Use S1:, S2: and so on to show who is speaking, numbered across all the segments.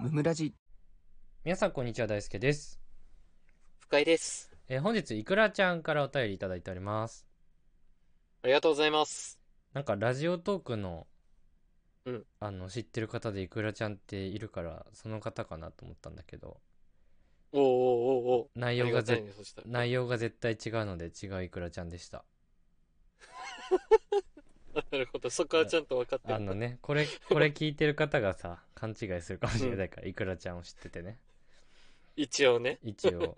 S1: ムムラジ
S2: 皆さんこんにちは大輔です、
S3: 深井です。
S2: えー本日いくらちゃんからお便りいただいております
S3: ありがとうございます。
S2: なんかラジオトークの、
S3: うん
S2: あの知ってる方でいくらちゃんっているからその方かなと思ったんだけど
S3: おーおーおーお
S2: 内
S3: ー。
S2: 容
S3: あり
S2: が
S3: が
S2: ぜ
S3: たいね、そしたら。
S2: 内容が絶対違うので違ういくらちゃんでした
S3: なるほど、そこはちゃんと分かって
S2: あ
S3: る。
S2: のねこ れこれ聞いてる方がさ勘違いするかもしれないから、いくらちゃんを知っててね
S3: 一応ね。
S2: 一応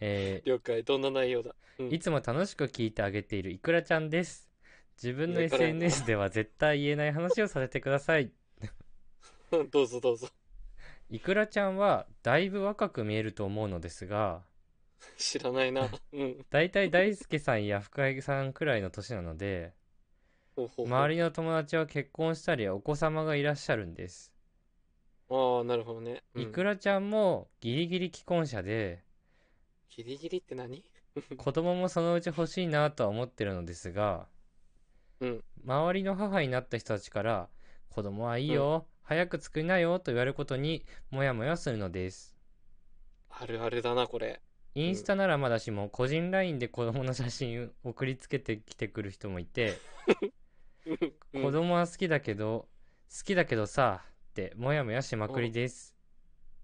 S2: えー
S3: 了解。どんな内容だ。 うん
S2: いつも楽しく聞いてあげているいくらちゃんです。自分の
S3: いくらやな
S2: SNS では絶対言えない話をさせてください。
S3: どうぞどうぞ。
S2: いくらちゃんはだいぶ若く見えると思うのですが、
S3: 知らな いな。うん。
S2: だいたい大輔さんや深井さんくらいの年なので、
S3: ほうほうほう
S2: 周りの友達は結婚したりお子様がいらっしゃるんです。
S3: ああ、なるほどね。うん
S2: いくらちゃんもギリギリ既婚者で、
S3: ギリギリって何
S2: 子供もそのうち欲しいなとは思ってるのですが、
S3: うん
S2: 周りの母になった人たちから子供はいいよ、早く作りなよと言われることにモヤモヤするのです
S3: あるあるだな、これ。
S2: インスタならまだしも個人 LINE で子供の写真を送りつけてきてくる人もいて、
S3: うん
S2: 子供は好きだけど好きだけどさってモヤモヤしまくりです、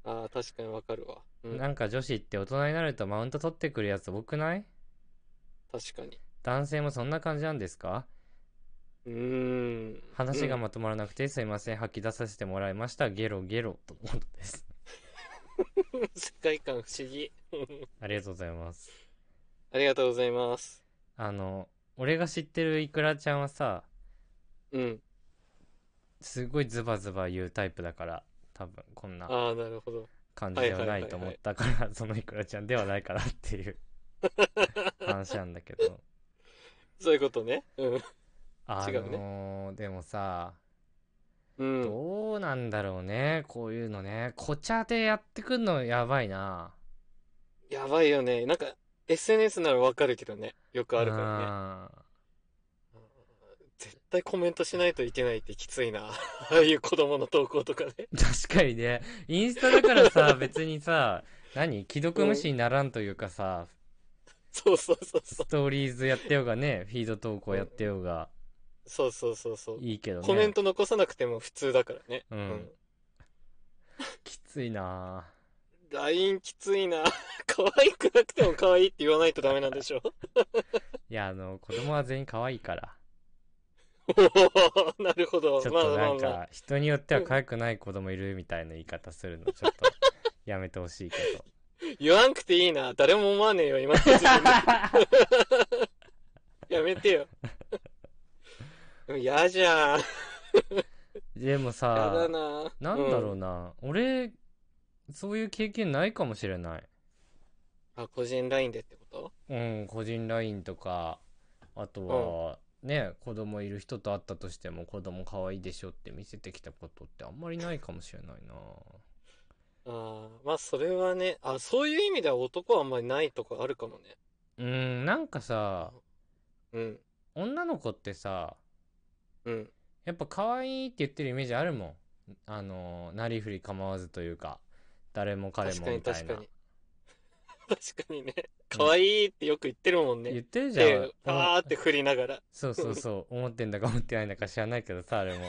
S3: ああ、確かに分かるわ。うん。
S2: なんか女子って大人になるとマウント取ってくるやつ多くない
S3: 確かに。
S2: 男性もそんな感じなんですか
S3: うーん。
S2: 話が
S3: うん
S2: まとまらなくてすいません吐き出させてもらいましたゲロゲロとのことです
S3: 世界観不思議。
S2: ありがとうございます
S3: ありがとうございます。
S2: あの俺が知ってるイクラちゃんはさ
S3: うん。
S2: すごいズバズバ言うタイプだから多分こんな
S3: ああ、なるほど。
S2: 感じでは
S3: はいは
S2: ない
S3: はい
S2: い
S3: はい
S2: と思ったから そのイクラちゃんではないかなって いう話なんだけど
S3: そういうことね。うん。
S2: あ
S3: 違う
S2: のーでもさ
S3: うん。
S2: どうなんだろうねこういうのねこちゃでやってくんのやばいな
S3: やばいよね。なんか、SNS なら分かるけどね。よくあるからね。
S2: らね
S3: 絶対コメントしないといけないってきついな。 ああいう子供の投稿とかね。
S2: 確かにねインスタだからさ別にさ何既読無視にならんというかさ、
S3: そうそうそうそ
S2: ス。
S3: う
S2: トーリーズやってようがねフィード投稿やってようが
S3: そうそうそうそう。
S2: いいけどね
S3: コメント残さなくても普通だからね。
S2: うんきついなぁ
S3: うん LINE きついな。 可愛くなくても可愛いって言わないとダメなんでしょ
S2: いやあの子供は全員可愛いから
S3: おおなるほど。
S2: ちょっ
S3: まあ
S2: と
S3: ま
S2: な
S3: あ
S2: ん
S3: まあ。
S2: か人によっては可愛くない子供いるみたいな言い方する のちょっとやめてほしいけど
S3: 言わんくていいな。誰も思わねえよ、今の時点で やめてよ。でも嫌じゃん。
S2: でも
S3: 嫌だ
S2: さ
S3: な。
S2: なんだろ
S3: う
S2: うな、俺そういう経験ないかもしれない
S3: ん。あ、個人 LINE でってこと
S2: うん、個人 LINE とか、あとは、ね、子供いる人と会ったとしても、子供可愛いでしょって見せてきたことってあんまりないかもしれないな。
S3: ああ、まあそれはね、あ、そういう意味では男はあんまりないとこあるかもね。
S2: うん、なんかさ、
S3: うん、
S2: 女の子ってさ、
S3: うん。
S2: やっぱ可愛いって言ってるイメージあるもん。あの、なりふり構わずというか、誰も彼
S3: 確
S2: も
S3: かに
S2: みたい
S3: 確か
S2: な。
S3: に。確かにね。可愛いってよく言ってるもん
S2: 言っ
S3: ね。
S2: てるじゃん
S3: 手。
S2: お
S3: パーって振りながら。い
S2: そうそうそう、思ってんだか思ってないんだか知らないけどさ、あれも。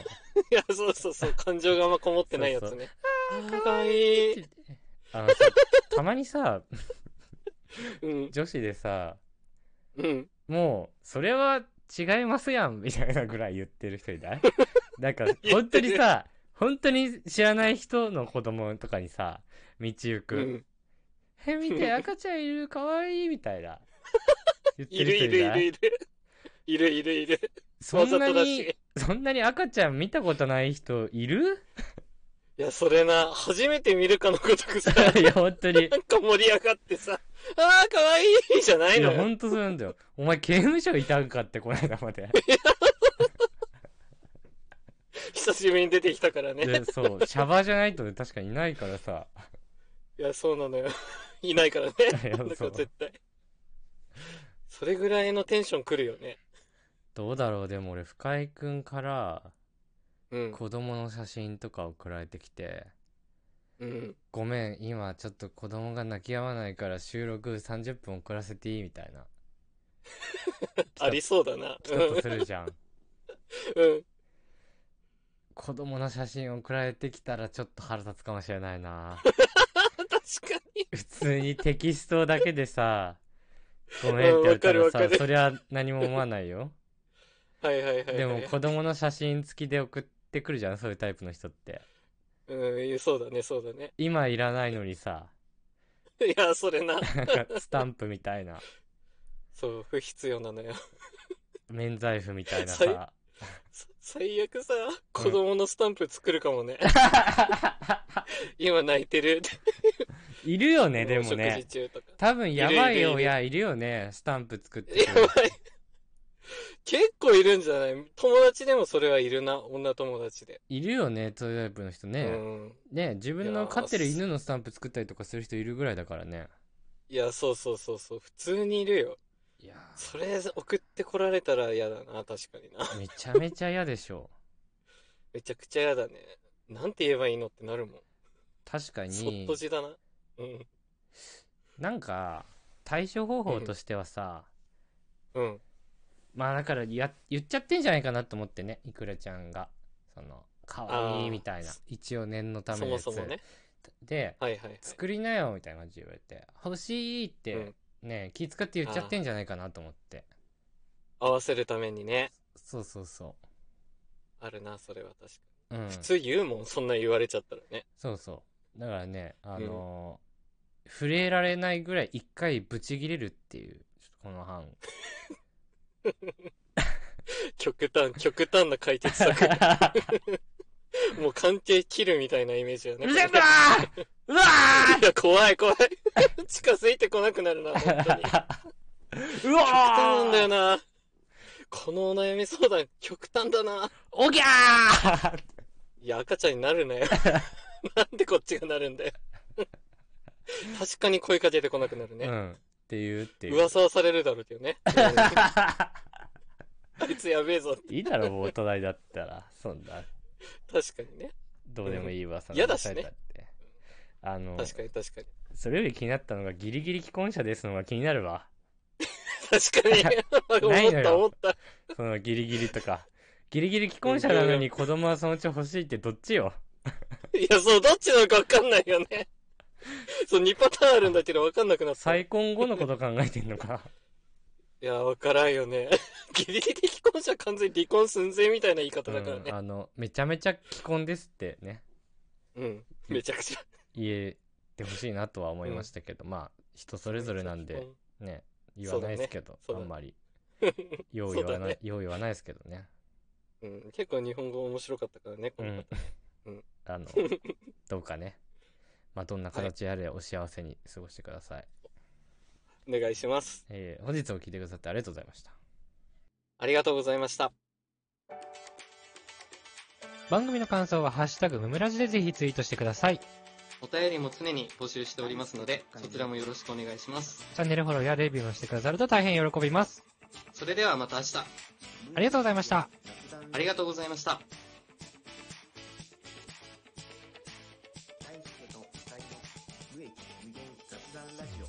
S3: や、そうそ うそう。感情があんまこもってないやつね。あー可愛い。
S2: あのさ、たまにさ、
S3: うん、
S2: 女子でさ、
S3: うん。
S2: もう、それは違いますやん、みたいなぐらい言ってる人いないなんか、本当にさ、本当に知らない人の子供とかにさ、道行
S3: う
S2: く。
S3: ん。
S2: え、見 て、赤ちゃんいる、かわいい、みたいな。言っ
S3: い
S2: て
S3: る
S2: る
S3: い
S2: 人
S3: る
S2: い
S3: い
S2: な
S3: る
S2: い
S3: いる。いるいるいる。
S2: そ
S3: わ
S2: ん
S3: ざ
S2: な
S3: とだ
S2: に
S3: し、。
S2: そんなに赤ちゃん見たことない人いる
S3: いや、それな、初めて見るかのごとくさ、
S2: いや、本当に
S3: な。んか盛り上がってさ、あー可愛いじゃない
S2: い
S3: の
S2: や、
S3: よ。
S2: 本当そうなんだよ。お前、刑務所いたんかって、この間まで。
S3: 久しぶりに出てきたからね。
S2: で、そう、シャバじゃないとね確かにいないからさ。
S3: いや、そうなのよ。 いないからね。
S2: いや
S3: なん
S2: そ
S3: か
S2: う
S3: 絶対。それぐらいのテンションくるよね。
S2: どうだろう、でも俺、深井くんから、
S3: うん。
S2: 子供の写真とか送られてきて
S3: うん。
S2: ごめん、今ちょっと子供が泣き止まないから収録30分遅らせていいみたいな。
S3: ありそうだな。
S2: ピタッとするじゃん。
S3: うん。
S2: 子供の写真送られてきたらちょっと腹立つかもしれない な。
S3: 確かに。
S2: 普通にテキストだけで さ、ごめんって言われた
S3: うん
S2: ら
S3: わかる
S2: さ
S3: わか、る
S2: そりゃ何も思わない よ。
S3: はいはいはいはい。
S2: でも子供の写真付きで送ってくるじゃん、そういうタイプの人って。
S3: うん、そうだね、そうだね。
S2: 今いらないのにさ、
S3: いや、それ
S2: な
S3: な。
S2: んかスタンプみたい な、
S3: そう、不必要なのよ。
S2: 免罪符みたいなさ。
S3: さ最悪さ、子供のスタンプ作るか もね。今泣いてる。
S2: いるよね、で
S3: お
S2: も
S3: 食
S2: ね
S3: 事。中とか。
S2: 多分やばい
S3: いるいるいる
S2: 親いるよね、スタンプ作ってくる
S3: やばい。結構いるんじゃない友達でもそれはいるな。女友達で。
S2: いるよね、そういうタイプの人
S3: う
S2: ね。
S3: ん。
S2: ね、自分の飼ってる犬のスタンプ作ったりとかする人いるぐらいだからね。
S3: いや、そうそうそうそう。普通にいるよ。
S2: いやー
S3: それ送ってこられたら嫌だな。確かにな。
S2: めちゃめちゃ嫌でしょ。
S3: めちゃくちゃ嫌だね。なんて言えばいいのってなるもん。
S2: 確か
S3: そっ
S2: に
S3: と、じだな。うん。
S2: なんか、対処方法としてはさ、
S3: うん。
S2: まあだからや、言っちゃってんじゃないかなと思ってね、いくらちゃんが。その、可愛いみたいな
S3: あー。
S2: 一応念のた
S3: そ
S2: めの
S3: も
S2: やつ。
S3: そもね。
S2: で、
S3: はいはいはい。
S2: 作りなよみたいな感じで言われて、欲しいって、
S3: うん
S2: ね、気使って言っちゃってんじゃないかなと思って。
S3: 合わせるためにね。
S2: そうそうそ
S3: あるな、それは確か
S2: う。うん
S3: に。。普通言うもん、そんな言われちゃったらね。
S2: そうそう。だからね、あのー触れられないぐらい一回ブチ切れるっていう、ちょっとこの班。
S3: 極端、極端な解 決策。もう関係切るみたいなイメージだね。
S2: うるせえん
S3: これ
S2: だなうわ
S3: いや、怖い怖 い。近づいてこなくなるな、本当に。 極
S2: ーうわ
S3: 端なんだよ
S2: な
S3: な。このお悩み相談、極端だな。
S2: おぎゃー
S3: いや、赤ちゃんになるなよ。 なんでこっちがなるんだよ。 確かに声かけてこなくなる
S2: う
S3: ね。
S2: ん。っていうっていう。
S3: 噂はされるだろうけどね。あいつやべえぞ。
S2: いいだろ、もう大人になったら。そんな、
S3: 確かにね。
S2: どうでもいい噂
S3: 嫌だしね
S2: 流されたって。あの、
S3: 確かに確かに。
S2: それより気になったのが、ギリギリ既婚者ですのが気になるわ。
S3: 確か
S2: な
S3: に。
S2: いの
S3: 思っ
S2: よ
S3: た思った。
S2: そのギリギリとか。ギリギリ既婚者なのに子供はそのうち欲しいってどっちよ
S3: いや、そう、どっちなのか分かんないよね。そう、2パターンあるんだけど分かんなくなった。い
S2: 再婚後のこと考えてんのか
S3: や、分からんよね。 ギリギリ既婚者は完全に離婚寸前みたいな言い方だから
S2: うん、
S3: ね。
S2: あの、めちゃめちゃ既婚ですってね、
S3: うん。めちゃくちゃ。
S2: 言えてほしいなとは思いましたけど、まあ、人それぞれなんで、ね、言わないですけど、
S3: そうだ
S2: あ
S3: ね
S2: んまり。
S3: うん。
S2: よう
S3: そ
S2: 言
S3: うだ
S2: わない、
S3: ね
S2: よう言わないですけどね。
S3: うん。結構日本語面白かったからね、こ
S2: う
S3: の
S2: ん
S3: 方。。うん
S2: あの、どうかね。まあ、どんな形であれお幸せに過ごしてください。
S3: お願いします。
S2: えー本日も聞いてくださってありがとうございました。
S3: ありがとうございました。
S2: 番組の感想は、ハッシュタグムムラジでぜひツイートしてください。チ
S3: お便りも常に募集しておりますので、そちらもよろしくお願いします。
S2: ャンネルフォローやレビューもしてくださると大変喜びます。
S3: それではまた明日、
S2: ありがとうございました。
S3: ありがとうございました。
S1: 大輔と二人の無益無限雑談ラジオ